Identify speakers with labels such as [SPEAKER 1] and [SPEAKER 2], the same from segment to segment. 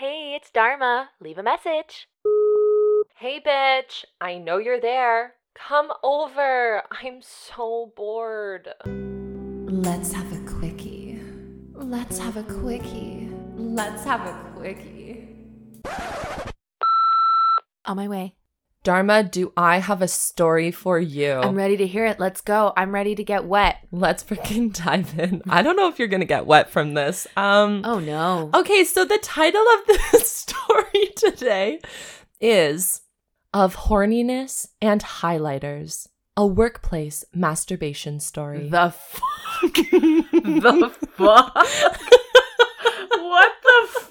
[SPEAKER 1] it's Dharma. Leave a message. Hey, bitch. I know you're there. Come over. I'm so bored.
[SPEAKER 2] Let's have a quickie. Let's have a quickie. Let's have a quickie. On my way.
[SPEAKER 3] Dharma, do I have a story for you?
[SPEAKER 2] I'm ready to hear it. Let's go. I'm ready to get wet.
[SPEAKER 3] Let's freaking dive in. I don't know if you're gonna get wet from this. Um
[SPEAKER 2] Oh no.
[SPEAKER 3] Okay, so the title of this story today is Of Horniness and Highlighters, a workplace masturbation story.
[SPEAKER 2] The fuck. the fuck. what the fuck?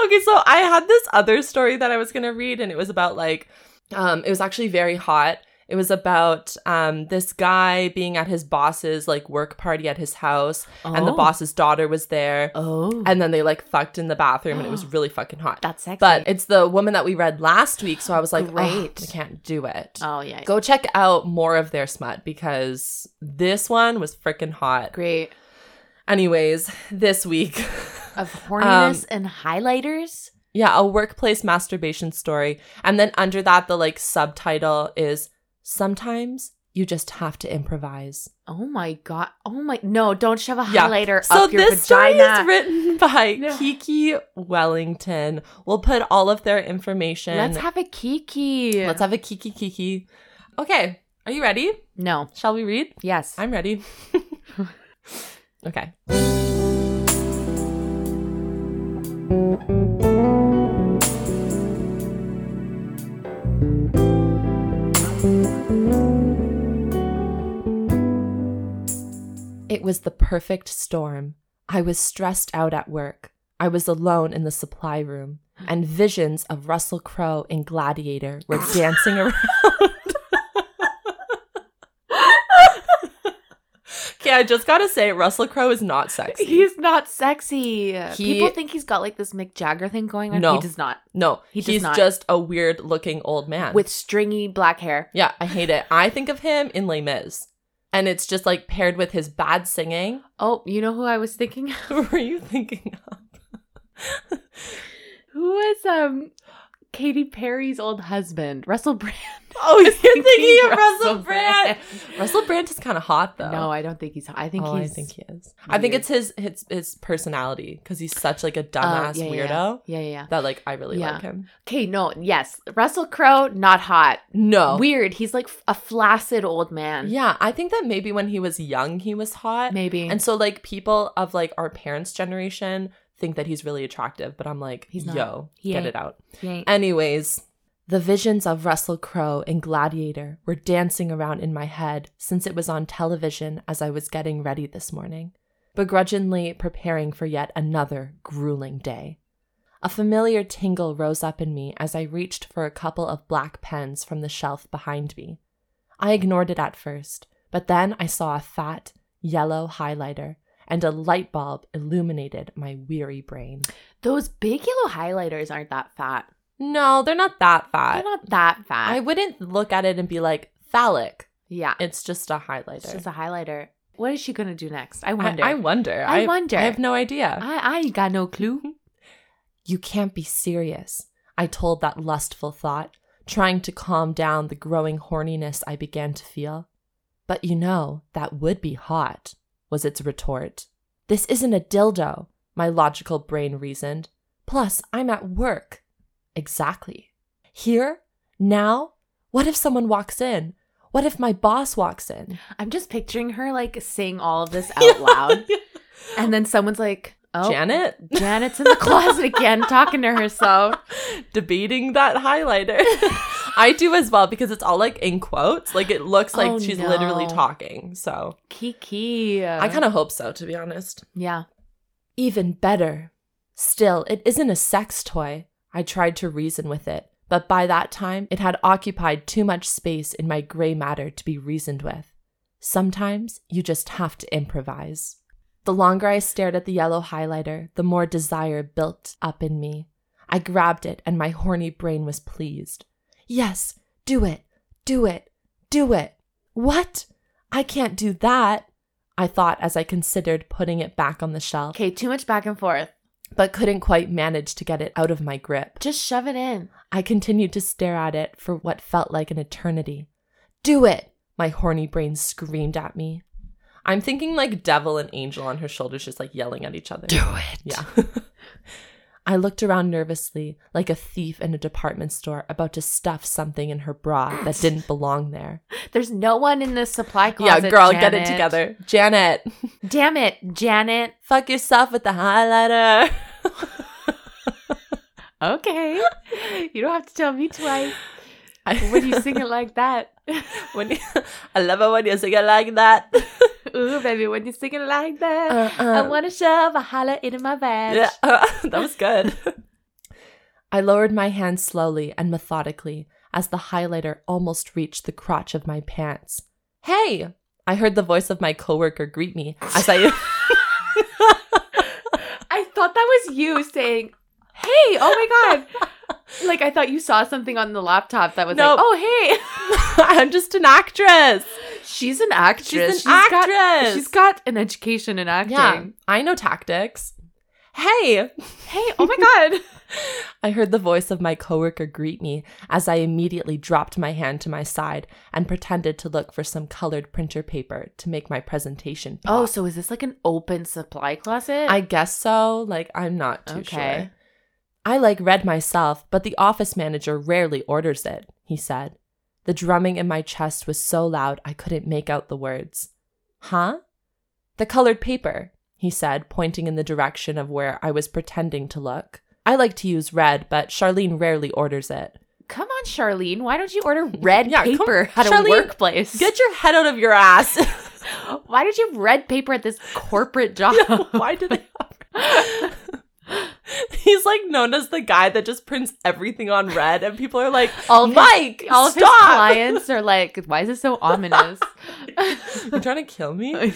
[SPEAKER 3] okay, so I had this other story that I was gonna read, and it was about like um it was actually very hot. It was about um this guy being at his boss's like work party at his house and the boss's daughter was there.
[SPEAKER 2] Oh.
[SPEAKER 3] and then they like fucked in the bathroom and it was really fucking hot.
[SPEAKER 2] That's sexy.
[SPEAKER 3] but it's the woman that we read last week, so I was like, right,
[SPEAKER 2] Great.
[SPEAKER 3] I can't do it.
[SPEAKER 2] oh yeah.
[SPEAKER 3] Go check out more of their smut because this one was freaking hot.
[SPEAKER 2] Great.
[SPEAKER 3] Anyways, this week,
[SPEAKER 2] Of horniness
[SPEAKER 3] Um,
[SPEAKER 2] and highlighters.
[SPEAKER 3] yeah, a workplace masturbation story, and then under that, the like subtitle is sometimes you just have to improvise.
[SPEAKER 2] Oh my god. Oh my. No, don't shove a
[SPEAKER 3] Yeah.
[SPEAKER 2] highlighter
[SPEAKER 3] So
[SPEAKER 2] up your
[SPEAKER 3] this
[SPEAKER 2] vagina.
[SPEAKER 3] story is written by
[SPEAKER 2] No.
[SPEAKER 3] Kiki Wellington. We'll put all of their information.
[SPEAKER 2] Let's have a kiki.
[SPEAKER 3] Let's have a kiki kiki. Okay, are you ready?
[SPEAKER 2] no.
[SPEAKER 3] Shall we read?
[SPEAKER 2] Yes.
[SPEAKER 3] I'm ready. okay. It was the perfect storm. I was stressed out at work. I was alone in the supply room, and visions of Russell Crowe in Gladiator were dancing around. Okay, I just gotta say, Russell Crowe is not sexy.
[SPEAKER 2] He's not sexy.
[SPEAKER 3] He-
[SPEAKER 2] People think he's got like this Mick Jagger thing going on.
[SPEAKER 3] No.
[SPEAKER 2] He does not.
[SPEAKER 3] no,
[SPEAKER 2] He does
[SPEAKER 3] he's
[SPEAKER 2] not.
[SPEAKER 3] just a weird looking old man.
[SPEAKER 2] With stringy black hair.
[SPEAKER 3] yeah, I hate it. I think of him in Les Mis, and it's just like paired with his bad singing.
[SPEAKER 2] Oh, you know who I was thinking of?
[SPEAKER 3] Who were you thinking of?
[SPEAKER 2] Who was um Katy Perry's old husband? Russell Brand.
[SPEAKER 3] Oh, you're thinking,
[SPEAKER 2] thinking
[SPEAKER 3] of
[SPEAKER 2] Russell
[SPEAKER 3] Russell Brand.
[SPEAKER 2] Brand.
[SPEAKER 3] Russell Brand is kind of hot though.
[SPEAKER 2] No, I don't think he's I think
[SPEAKER 3] oh,
[SPEAKER 2] he's
[SPEAKER 3] I think he is. I think
[SPEAKER 2] weird.
[SPEAKER 3] it's his his his personality because he's such like a
[SPEAKER 2] Oh,
[SPEAKER 3] dumbass
[SPEAKER 2] yeah, yeah,
[SPEAKER 3] weirdo
[SPEAKER 2] Yeah, yeah, yeah.
[SPEAKER 3] that like I really
[SPEAKER 2] Yeah.
[SPEAKER 3] like him.
[SPEAKER 2] Okay, no, yes. Russell Crowe, not hot.
[SPEAKER 3] No,
[SPEAKER 2] Weird. He's like a flaccid old man.
[SPEAKER 3] yeah, I think that maybe when he was young he was hot.
[SPEAKER 2] Maybe.
[SPEAKER 3] And so like people of like our parents' generation think that he's really attractive, but I'm like,
[SPEAKER 2] He's not.
[SPEAKER 3] yo,
[SPEAKER 2] He
[SPEAKER 3] get
[SPEAKER 2] ain't.
[SPEAKER 3] it out.
[SPEAKER 2] He ain't-
[SPEAKER 3] Anyways, the visions of Russell Crowe in Gladiator were dancing around in my head since it was on television as I was getting ready this morning, begrudgingly preparing for yet another grueling day. A familiar tingle rose up in me as I reached for a couple of black pens from the shelf behind me. I ignored it at first, but then I saw a fat, yellow highlighter, and a light bulb illuminated my weary brain.
[SPEAKER 2] Those big yellow highlighters aren't that fat.
[SPEAKER 3] No, they're not that
[SPEAKER 2] They're
[SPEAKER 3] fat.
[SPEAKER 2] not that fat.
[SPEAKER 3] I wouldn't look at it and be like, phallic.
[SPEAKER 2] yeah.
[SPEAKER 3] It's just a highlighter.
[SPEAKER 2] It's just a highlighter. What is she gonna do next? I
[SPEAKER 3] I
[SPEAKER 2] wonder.
[SPEAKER 3] I wonder.
[SPEAKER 2] I wonder.
[SPEAKER 3] I have no idea.
[SPEAKER 2] I, I got no clue.
[SPEAKER 3] You can't be serious, I told that lustful thought, trying to calm down the growing horniness I began to feel. But you know, that would be hot, was its retort. This isn't a dildo, my logical brain reasoned. Plus, I'm at work. Exactly. Here? Now? What if someone walks in? What if my boss walks in?
[SPEAKER 2] I'm just picturing her like saying all of this
[SPEAKER 3] Yeah.
[SPEAKER 2] out loud. And then somene's like, oh,
[SPEAKER 3] Janet?
[SPEAKER 2] Janet's in the closet again talking to herself.
[SPEAKER 3] debating that highlighter. I do as well because it's all like in quotes. Like it looks like
[SPEAKER 2] Oh,
[SPEAKER 3] she's
[SPEAKER 2] no.
[SPEAKER 3] literally talking. So
[SPEAKER 2] Kiki.
[SPEAKER 3] I kind of hope so, to be honest.
[SPEAKER 2] Yeah.
[SPEAKER 3] Even better. Still, it isn't a sex toy. I tried to reason with it, but by that time it had occupied too much space in my gray matter to be reasoned with. Sometimes you just have to improvise. The longer I stared at the yellow highlighter, the more desire built up in me. I grabbed it and my horny brain was pleased. Yes, do it, do it, do it. What? I can't do that. I thought as I considered putting it back on the shelf,
[SPEAKER 2] Okay, too much back and forth.
[SPEAKER 3] but couldn't quite manage to get it out of my grip.
[SPEAKER 2] Just shove it in.
[SPEAKER 3] I continued to stare at it for what felt like an eternity. Do it! My horny brain screamed at me. I'm thinking like devil and angel on her shoulders, just like yelling at each other.
[SPEAKER 2] it.
[SPEAKER 3] Yeah. I looked around nervously, like a thief in a department store about to stuff something in her bra that didn't belong there.
[SPEAKER 2] There's no one in the supply
[SPEAKER 3] yeah,
[SPEAKER 2] closet.
[SPEAKER 3] girl, get it
[SPEAKER 2] Janet.
[SPEAKER 3] together. Janet,
[SPEAKER 2] Damn it, Janet.
[SPEAKER 3] fuck yourself with the highlighter.
[SPEAKER 2] Okay. You don't have to tell me twice.
[SPEAKER 3] I-
[SPEAKER 2] When you sing it like that.
[SPEAKER 3] when you- I love it when you sing it like that.
[SPEAKER 2] Ooh, baby, when you sing it like that.
[SPEAKER 3] Uh, uh.
[SPEAKER 2] I want to shove a highlight into my badge.
[SPEAKER 3] Yeah, that was good. I lowered my hand slowly and methodically as the highlighter almost reached the crotch of my pants. Hey! I heard the voice of my coworker greet me as I.
[SPEAKER 2] I thought that was you saying, hey, oh my God. like, I thought you saw something on the laptop that was like,
[SPEAKER 3] Nope.
[SPEAKER 2] oh,
[SPEAKER 3] I'm just an actress.
[SPEAKER 2] hey. She's an actress.
[SPEAKER 3] She's an
[SPEAKER 2] got-
[SPEAKER 3] actress.
[SPEAKER 2] she's got an education in acting.
[SPEAKER 3] Yeah, I know tactics. Hey!
[SPEAKER 2] Hey, oh my God.
[SPEAKER 3] I heard the voice of my coworker greet me as I immediately dropped my hand to my side and pretended to look for some colored printer paper to make my presentation.
[SPEAKER 2] oh,
[SPEAKER 3] pop.
[SPEAKER 2] so is this like an open supply closet?
[SPEAKER 3] I guess so. Like, I'm not too
[SPEAKER 2] Okay.
[SPEAKER 3] sure. I like red myself, but the office manager rarely orders it, he said. The drumming in my chest was so loud I couldn't make out the words. Huh? The colored paper, he said, pointing in the direction of where I was pretending to look. I like to use red, but Charlene rarely orders it.
[SPEAKER 2] Come on, Charlene. Why don't you order red
[SPEAKER 3] Yeah, come-
[SPEAKER 2] paper at
[SPEAKER 3] Charlene,
[SPEAKER 2] a workplace?
[SPEAKER 3] Get your head out of your ass.
[SPEAKER 2] Why did you have red paper at this corporate job?
[SPEAKER 3] Why do they? He's like known as the guy that just prints everything on red, and people are like,
[SPEAKER 2] All of his-
[SPEAKER 3] Mike,
[SPEAKER 2] All of his
[SPEAKER 3] stop!
[SPEAKER 2] clients are like, why is it so ominous?
[SPEAKER 3] You're trying to kill me?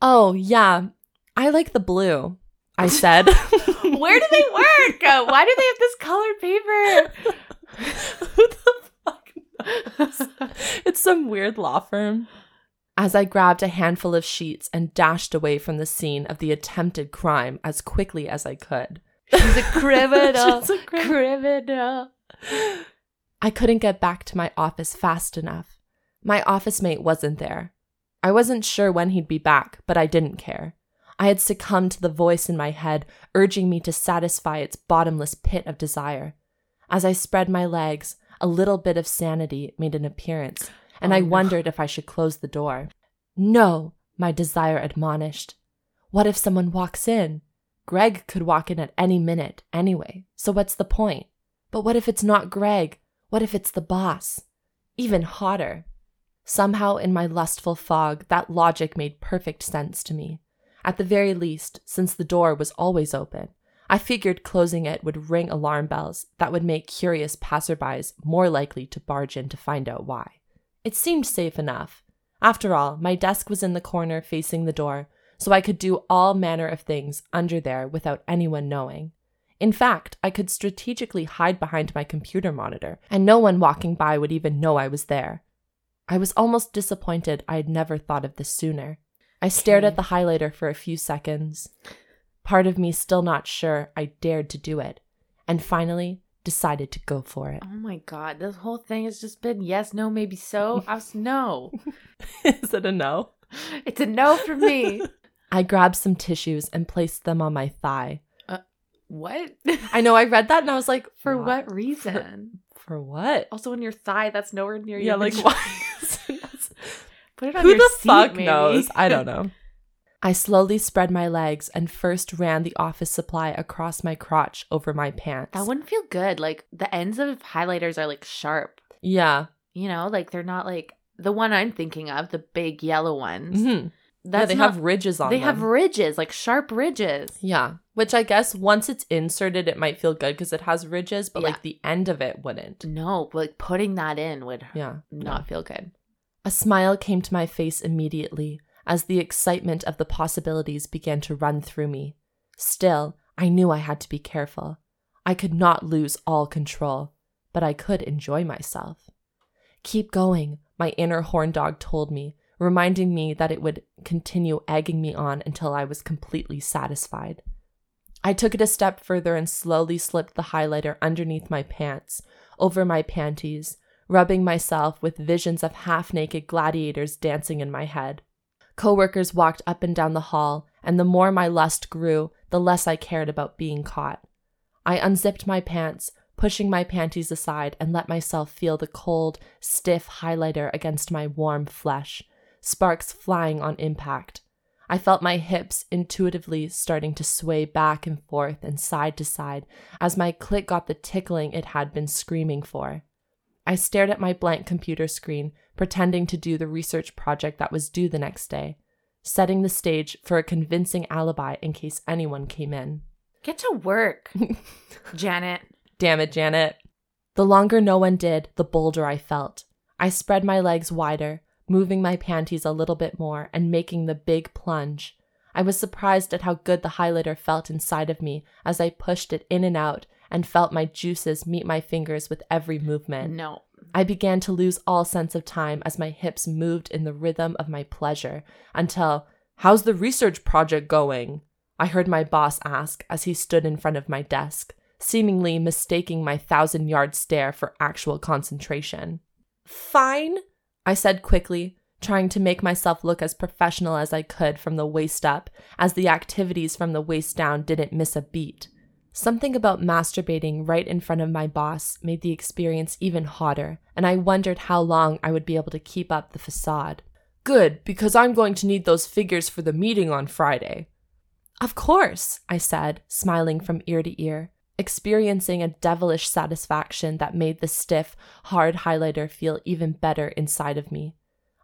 [SPEAKER 3] Oh, yeah. I like the blue, I said.
[SPEAKER 2] Where do they work? Uh, Why do they have this colored paper?
[SPEAKER 3] Who the fuck knows? It's some weird law firm. As I grabbed a handful of sheets and dashed away from the scene of the attempted crime as quickly as I could.
[SPEAKER 2] She's a criminal.
[SPEAKER 3] She's a criminal.
[SPEAKER 2] criminal.
[SPEAKER 3] I couldn't get back to my office fast enough. My office mate wasn't there. I wasn't sure when he'd be back, but I didn't care. I had succumbed to the voice in my head urging me to satisfy its bottomless pit of desire. As I spread my legs, a little bit of sanity made an appearance, and
[SPEAKER 2] Oh,
[SPEAKER 3] I
[SPEAKER 2] no.
[SPEAKER 3] wondered if I should close the door. No, my desire admonished. What if someone walks in? Greg could walk in at any minute anyway, so what's the point? But what if it's not Greg? What if it's the boss? Even hotter. Somehow, in my lustful fog, that logic made perfect sense to me. At the very least, since the door was always open, I figured closing it would ring alarm bells that would make curious passerbys more likely to barge in to find out why. It seemed safe enough. After all, my desk was in the corner facing the door, so I could do all manner of things under there without anyone knowing. In fact, I could strategically hide behind my computer monitor, and no one walking by would even know I was there. I was almost disappointed I had never thought of this sooner. I stared
[SPEAKER 2] Okay.
[SPEAKER 3] at the highlighter for a few seconds. Part of me still not sure I dared to do it, and finally decided to go for it.
[SPEAKER 2] Oh my god, this whole thing has just been yes, no, maybe so. I was no.
[SPEAKER 3] Is it a no?
[SPEAKER 2] It's a no for me.
[SPEAKER 3] I grabbed some tissues and placed them on my thigh.
[SPEAKER 2] What?
[SPEAKER 3] I know I read that and I was like,
[SPEAKER 2] For what Oh, reason?
[SPEAKER 3] For what?
[SPEAKER 2] Also, in your thigh, that's nowhere near
[SPEAKER 3] Yeah,
[SPEAKER 2] your
[SPEAKER 3] like
[SPEAKER 2] vagina.
[SPEAKER 3] why? is it-
[SPEAKER 2] Put it on
[SPEAKER 3] Who
[SPEAKER 2] your
[SPEAKER 3] the
[SPEAKER 2] seat,
[SPEAKER 3] fuck
[SPEAKER 2] maybe.
[SPEAKER 3] knows? I don't know. I slowly spread my legs and first ran the office supply across my crotch over my pants.
[SPEAKER 2] That wouldn't feel good. Like the ends of highlighters are like sharp.
[SPEAKER 3] Yeah.
[SPEAKER 2] You know, like they're not like the one I'm thinking of, the big yellow ones.
[SPEAKER 3] Mhm.
[SPEAKER 2] That's
[SPEAKER 3] Yeah, they
[SPEAKER 2] not-
[SPEAKER 3] have ridges on
[SPEAKER 2] they
[SPEAKER 3] them.
[SPEAKER 2] have ridges, like sharp ridges.
[SPEAKER 3] Yeah. Which I guess once it's inserted, it might feel good because it has ridges, but
[SPEAKER 2] Yeah.
[SPEAKER 3] like the end of it wouldn't.
[SPEAKER 2] No, like putting that in would
[SPEAKER 3] Yeah.
[SPEAKER 2] not feel good.
[SPEAKER 3] A smile came to my face immediately as the excitement of the possibilities began to run through me. Still, I knew I had to be careful. I could not lose all control, but I could enjoy myself. Keep going, my inner horn dog told me, reminding me that it would continue egging me on until I was completely satisfied. I took it a step further and slowly slipped the highlighter underneath my pants, over my panties, rubbing myself with visions of half naked gladiators dancing in my head. Coworkers walked up and down the hall, and the more my lust grew, the less I cared about being caught. I unzipped my pants, pushing my panties aside, and let myself feel the cold, stiff highlighter against my warm flesh, sparks flying on impact. I felt my hips intuitively starting to sway back and forth and side to side as my clit got the tickling it had been screaming for. I stared at my blank computer screen, pretending to do the research project that was due the next day, setting the stage for a convincing alibi in case anyone came in.
[SPEAKER 2] Get to work, Janet.
[SPEAKER 3] Damn it, Janet. The longer no one did, the bolder I felt. I spread my legs wider, moving my panties a little bit more and making the big plunge. I was surprised at how good the highlighter felt inside of me as I pushed it in and out and felt my juices meet my fingers with every movement.
[SPEAKER 2] No.
[SPEAKER 3] I began to lose all sense of time as my hips moved in the rhythm of my pleasure until, How's the research project going? I heard my boss ask as he stood in front of my desk, seemingly mistaking my thousand yard stare for actual concentration. Fine, I said quickly, trying to make myself look as professional as I could from the waist up, as the activities from the waist down didn't miss a beat. Something about masturbating right in front of my boss made the experience even hotter, and I wondered how long I would be able to keep up the facade. Good, because I'm going to need those figures for the meeting on Friday. Of course, I said, smiling from ear to ear, experiencing a devilish satisfaction that made the stiff, hard highlighter feel even better inside of me.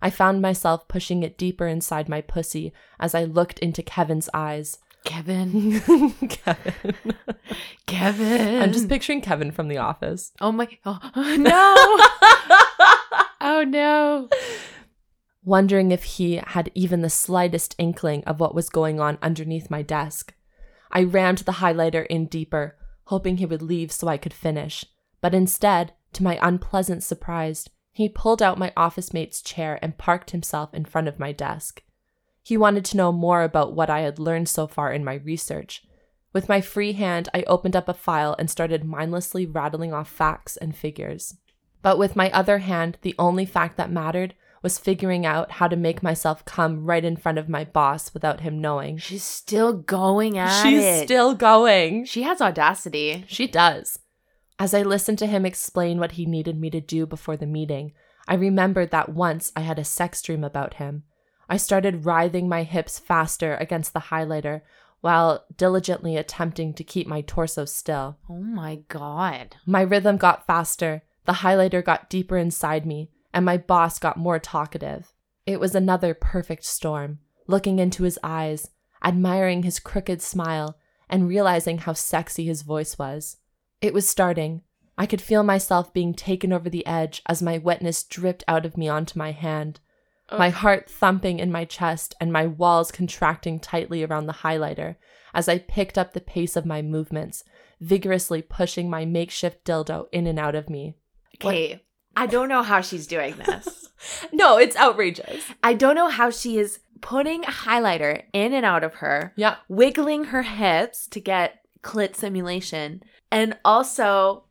[SPEAKER 3] I found myself pushing it deeper inside my pussy as I looked into Kevin's eyes.
[SPEAKER 2] Kevin.
[SPEAKER 3] Kevin.
[SPEAKER 2] Kevin.
[SPEAKER 3] I'm just picturing Kevin from The Office.
[SPEAKER 2] Oh my. Oh, no. oh no.
[SPEAKER 3] wondering if he had even the slightest inkling of what was going on underneath my desk. I rammed the highlighter in deeper, hoping he would leave so I could finish. But instead, to my unpleasant surprise, he pulled out my office mate's chair and parked himself in front of my desk. He wanted to know more about what I had learned so far in my research. With my free hand, I opened up a file and started mindlessly rattling off facts and figures. But with my other hand, the only fact that mattered was figuring out how to make myself come right in front of my boss without him knowing.
[SPEAKER 2] She's still going at
[SPEAKER 3] She's
[SPEAKER 2] it.
[SPEAKER 3] still going.
[SPEAKER 2] She has audacity.
[SPEAKER 3] She does. As I listened to him explain what he needed me to do before the meeting, I remembered that once I had a sex dream about him. I started writhing my hips faster against the highlighter while diligently attempting to keep my torso still.
[SPEAKER 2] Oh my god.
[SPEAKER 3] My rhythm got faster, the highlighter got deeper inside me, and my boss got more talkative. It was another perfect storm, looking into his eyes, admiring his crooked smile, and realizing how sexy his voice was. It was starting. I could feel myself being taken over the edge as my wetness dripped out of me onto my hand, my heart thumping in my chest and my walls contracting tightly around the highlighter as I picked up the pace of my movements, vigorously pushing my makeshift dildo in and out of me.
[SPEAKER 2] Okay. I don't know how she's doing this.
[SPEAKER 3] No, it's outrageous.
[SPEAKER 2] I don't know how she is putting highlighter in and out of her,
[SPEAKER 3] Yeah.
[SPEAKER 2] wiggling her hips to get clit simulation, and also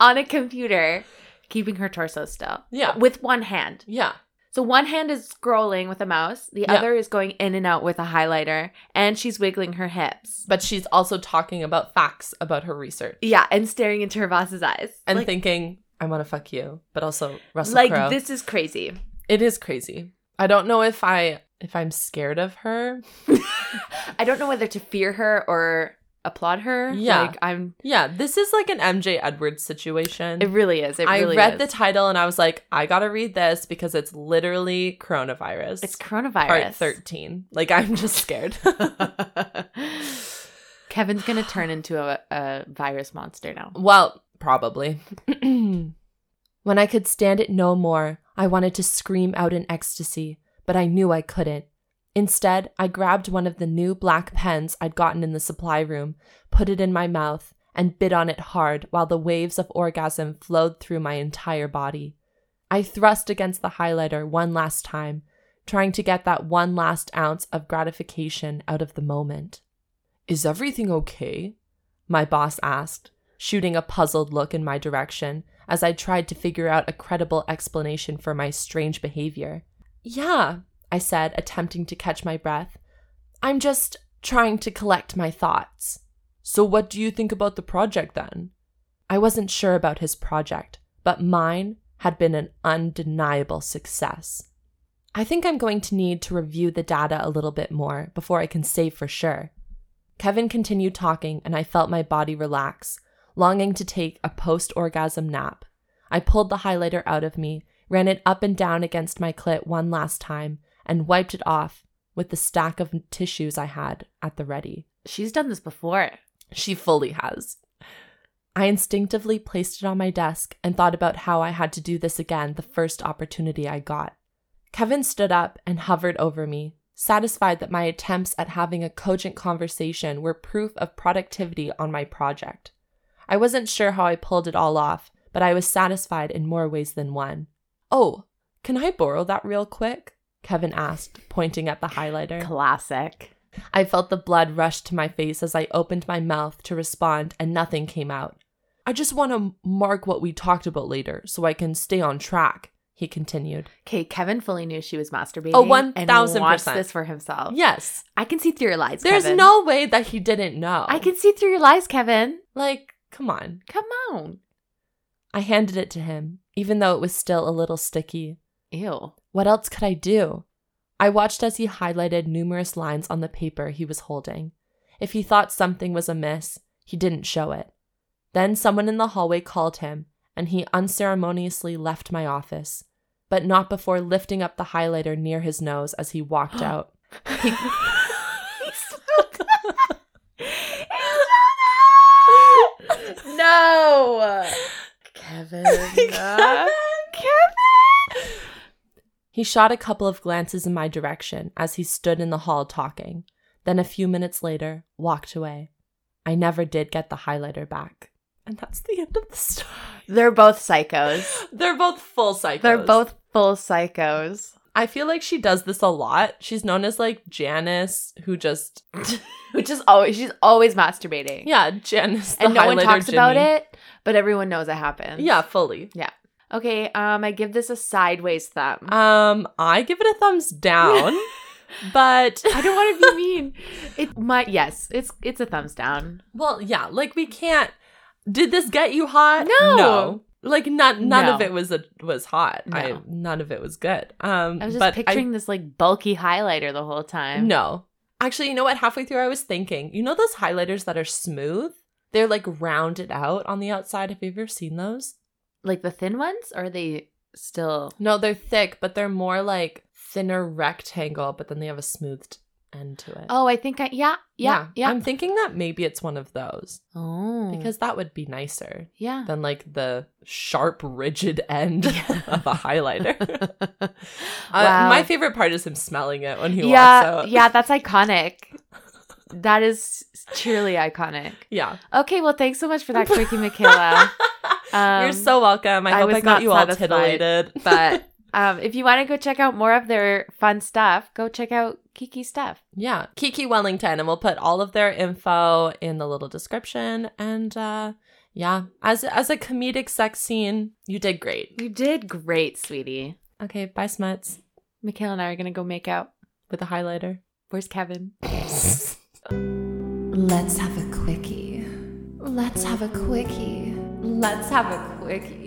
[SPEAKER 2] on a computer, keeping her torso still.
[SPEAKER 3] Yeah.
[SPEAKER 2] With one hand.
[SPEAKER 3] Yeah.
[SPEAKER 2] So one hand is scrolling with a mouse, the
[SPEAKER 3] Yeah.
[SPEAKER 2] other is going in and out with a highlighter, and she's wiggling her hips.
[SPEAKER 3] But she's also talking about facts about her research
[SPEAKER 2] Yeah, and staring into her boss's eyes.
[SPEAKER 3] and
[SPEAKER 2] like,
[SPEAKER 3] thinking, I want to fuck you, but also Russell
[SPEAKER 2] like
[SPEAKER 3] Crowe.
[SPEAKER 2] this is crazy.
[SPEAKER 3] it is crazy. I don't know if I if I'm scared of her.
[SPEAKER 2] I don't know whether to fear her or applaud her.
[SPEAKER 3] Yeah.
[SPEAKER 2] Like I'm
[SPEAKER 3] Yeah, this is like an MJ Edwards situation.
[SPEAKER 2] it really is. It really
[SPEAKER 3] I read the
[SPEAKER 2] is.
[SPEAKER 3] title and I was like, I gotta read this because it's literally coronavirus.
[SPEAKER 2] it's coronavirus.
[SPEAKER 3] part thirteen. Like I'm just scared.
[SPEAKER 2] Kevin's gonna turn into a, a virus monster now.
[SPEAKER 3] well, probably. when I could stand it no more, I wanted to scream out in ecstasy, but I knew I couldn't. Instead, I grabbed one of the new black pens I'd gotten in the supply room, put it in my mouth, and bit on it hard while the waves of orgasm flowed through my entire body. I thrust against the highlighter one last time, trying to get that one last ounce of gratification out of the moment. Is everything okay? My boss asked, shooting a puzzled look in my direction as I tried to figure out a credible explanation for my strange behavior. Yeah, I said, attempting to catch my breath. I'm just trying to collect my thoughts.
[SPEAKER 4] So, what do you think about the project then?
[SPEAKER 3] I wasn't sure about his project, but mine had been an undeniable success. I think I'm going to need to review the data a little bit more before I can say for sure. Kevin continued talking, and I felt my body relax, longing to take a post orgasm nap. I pulled the highlighter out of me, ran it up and down against my clit one last time, and wiped it off with the stack of tissues I had at the ready.
[SPEAKER 2] She's done this before.
[SPEAKER 3] She fully has. I instinctively placed it on my desk and thought about how I had to do this again the first opportunity I got. Kevin stood up and hovered over me, satisfied that my attempts at having a cogent conversation were proof of productivity on my project. I wasn't sure how I pulled it all off, but I was satisfied in more ways than one.
[SPEAKER 4] Oh, can I borrow that real quick?
[SPEAKER 3] Kevin asked, pointing at the highlighter.
[SPEAKER 2] Classic.
[SPEAKER 3] I felt the blood rush to my face as I opened my mouth to respond, and nothing came out.
[SPEAKER 4] I just want to mark what we talked about later so I can stay on track, he continued.
[SPEAKER 2] Okay, Kevin fully knew she was masturbating.
[SPEAKER 3] Oh, 1000%.
[SPEAKER 2] and watched this for himself.
[SPEAKER 3] Yes.
[SPEAKER 2] I can see through your lies.
[SPEAKER 3] There's
[SPEAKER 2] Oh, Kevin.
[SPEAKER 3] no way that he didn't know.
[SPEAKER 2] I can see through your lies, Kevin.
[SPEAKER 3] Like, come on.
[SPEAKER 2] Come on.
[SPEAKER 3] I handed it to him, even though it was still a little sticky.
[SPEAKER 2] Ew.
[SPEAKER 3] What else could I do? I watched as he highlighted numerous lines on the paper he was holding. If he thought something was amiss, he didn't show it. Then someone in the hallway called him, and he unceremoniously left my office, but not before lifting up the highlighter near his nose as he walked out.
[SPEAKER 2] He no. Kevin. Kevin.
[SPEAKER 3] He shot a couple of glances in my direction as he stood in the hall talking, then a few minutes later walked away. I never did get the highlighter back. And that's the end of the story.
[SPEAKER 2] They're both psychos.
[SPEAKER 3] They're both full psychos.
[SPEAKER 2] They're both full psychos.
[SPEAKER 3] I feel like she does this a lot. She's known as like Janice, who just
[SPEAKER 2] Which is always she's always masturbating.
[SPEAKER 3] yeah, Janice. the
[SPEAKER 2] And no one
[SPEAKER 3] highlighter
[SPEAKER 2] talks about
[SPEAKER 3] Jimmy.
[SPEAKER 2] it, but everyone knows it happens.
[SPEAKER 3] Yeah, fully.
[SPEAKER 2] Okay, um, I give this a sideways thumb.
[SPEAKER 3] Um, I give it a thumbs down, but
[SPEAKER 2] I don't want to be mean. It my yes, it's it's a thumbs down.
[SPEAKER 3] well, yeah, like we can't. Did this get you hot?
[SPEAKER 2] No.
[SPEAKER 3] Like none none of
[SPEAKER 2] No.
[SPEAKER 3] it was a, was hot. I
[SPEAKER 2] No.
[SPEAKER 3] none of it was good. Um,
[SPEAKER 2] I was just
[SPEAKER 3] but
[SPEAKER 2] picturing this like bulky highlighter the whole time.
[SPEAKER 3] No. Actually, you know what? Halfway through, I was thinking, you know those highlighters that are smooth? They're like rounded out on the outside. Have you ever seen those?
[SPEAKER 2] like the thin ones, or are they still?
[SPEAKER 3] No, they're thick, but they're more like thinner rectangle, but then they have a smoothed end to it.
[SPEAKER 2] Oh, I think I yeah yeah yeah.
[SPEAKER 3] I'm thinking that maybe it's one of those
[SPEAKER 2] oh,
[SPEAKER 3] because that would be nicer
[SPEAKER 2] yeah.
[SPEAKER 3] than like the sharp, rigid end
[SPEAKER 2] Yeah.
[SPEAKER 3] of a highlighter. Uh,
[SPEAKER 2] Wow.
[SPEAKER 3] my favorite part is him smelling it when he walks
[SPEAKER 2] yeah
[SPEAKER 3] out.
[SPEAKER 2] yeah, that's iconic. that is truly iconic.
[SPEAKER 3] Yeah.
[SPEAKER 2] Okay, well, thanks so much for that, Quickie Michaela. Um,
[SPEAKER 3] You're so welcome. I,
[SPEAKER 2] I
[SPEAKER 3] hope
[SPEAKER 2] was
[SPEAKER 3] I got
[SPEAKER 2] not
[SPEAKER 3] you all
[SPEAKER 2] satisfied,
[SPEAKER 3] titillated.
[SPEAKER 2] but um, if you want to go check out more of their fun stuff, go check out Kiki's stuff.
[SPEAKER 3] Yeah, Kiki Wellington, and we'll put all of their info in the little description. And uh, yeah, as as a comedic sex scene, you did great.
[SPEAKER 2] You did great, sweetie.
[SPEAKER 3] Okay, bye, Smuts,
[SPEAKER 2] Michaela and I are gonna go make out.
[SPEAKER 3] with a highlighter.
[SPEAKER 2] Where's Kevin?
[SPEAKER 5] Let's have a quickie. Let's have a quickie. Let's have a quickie.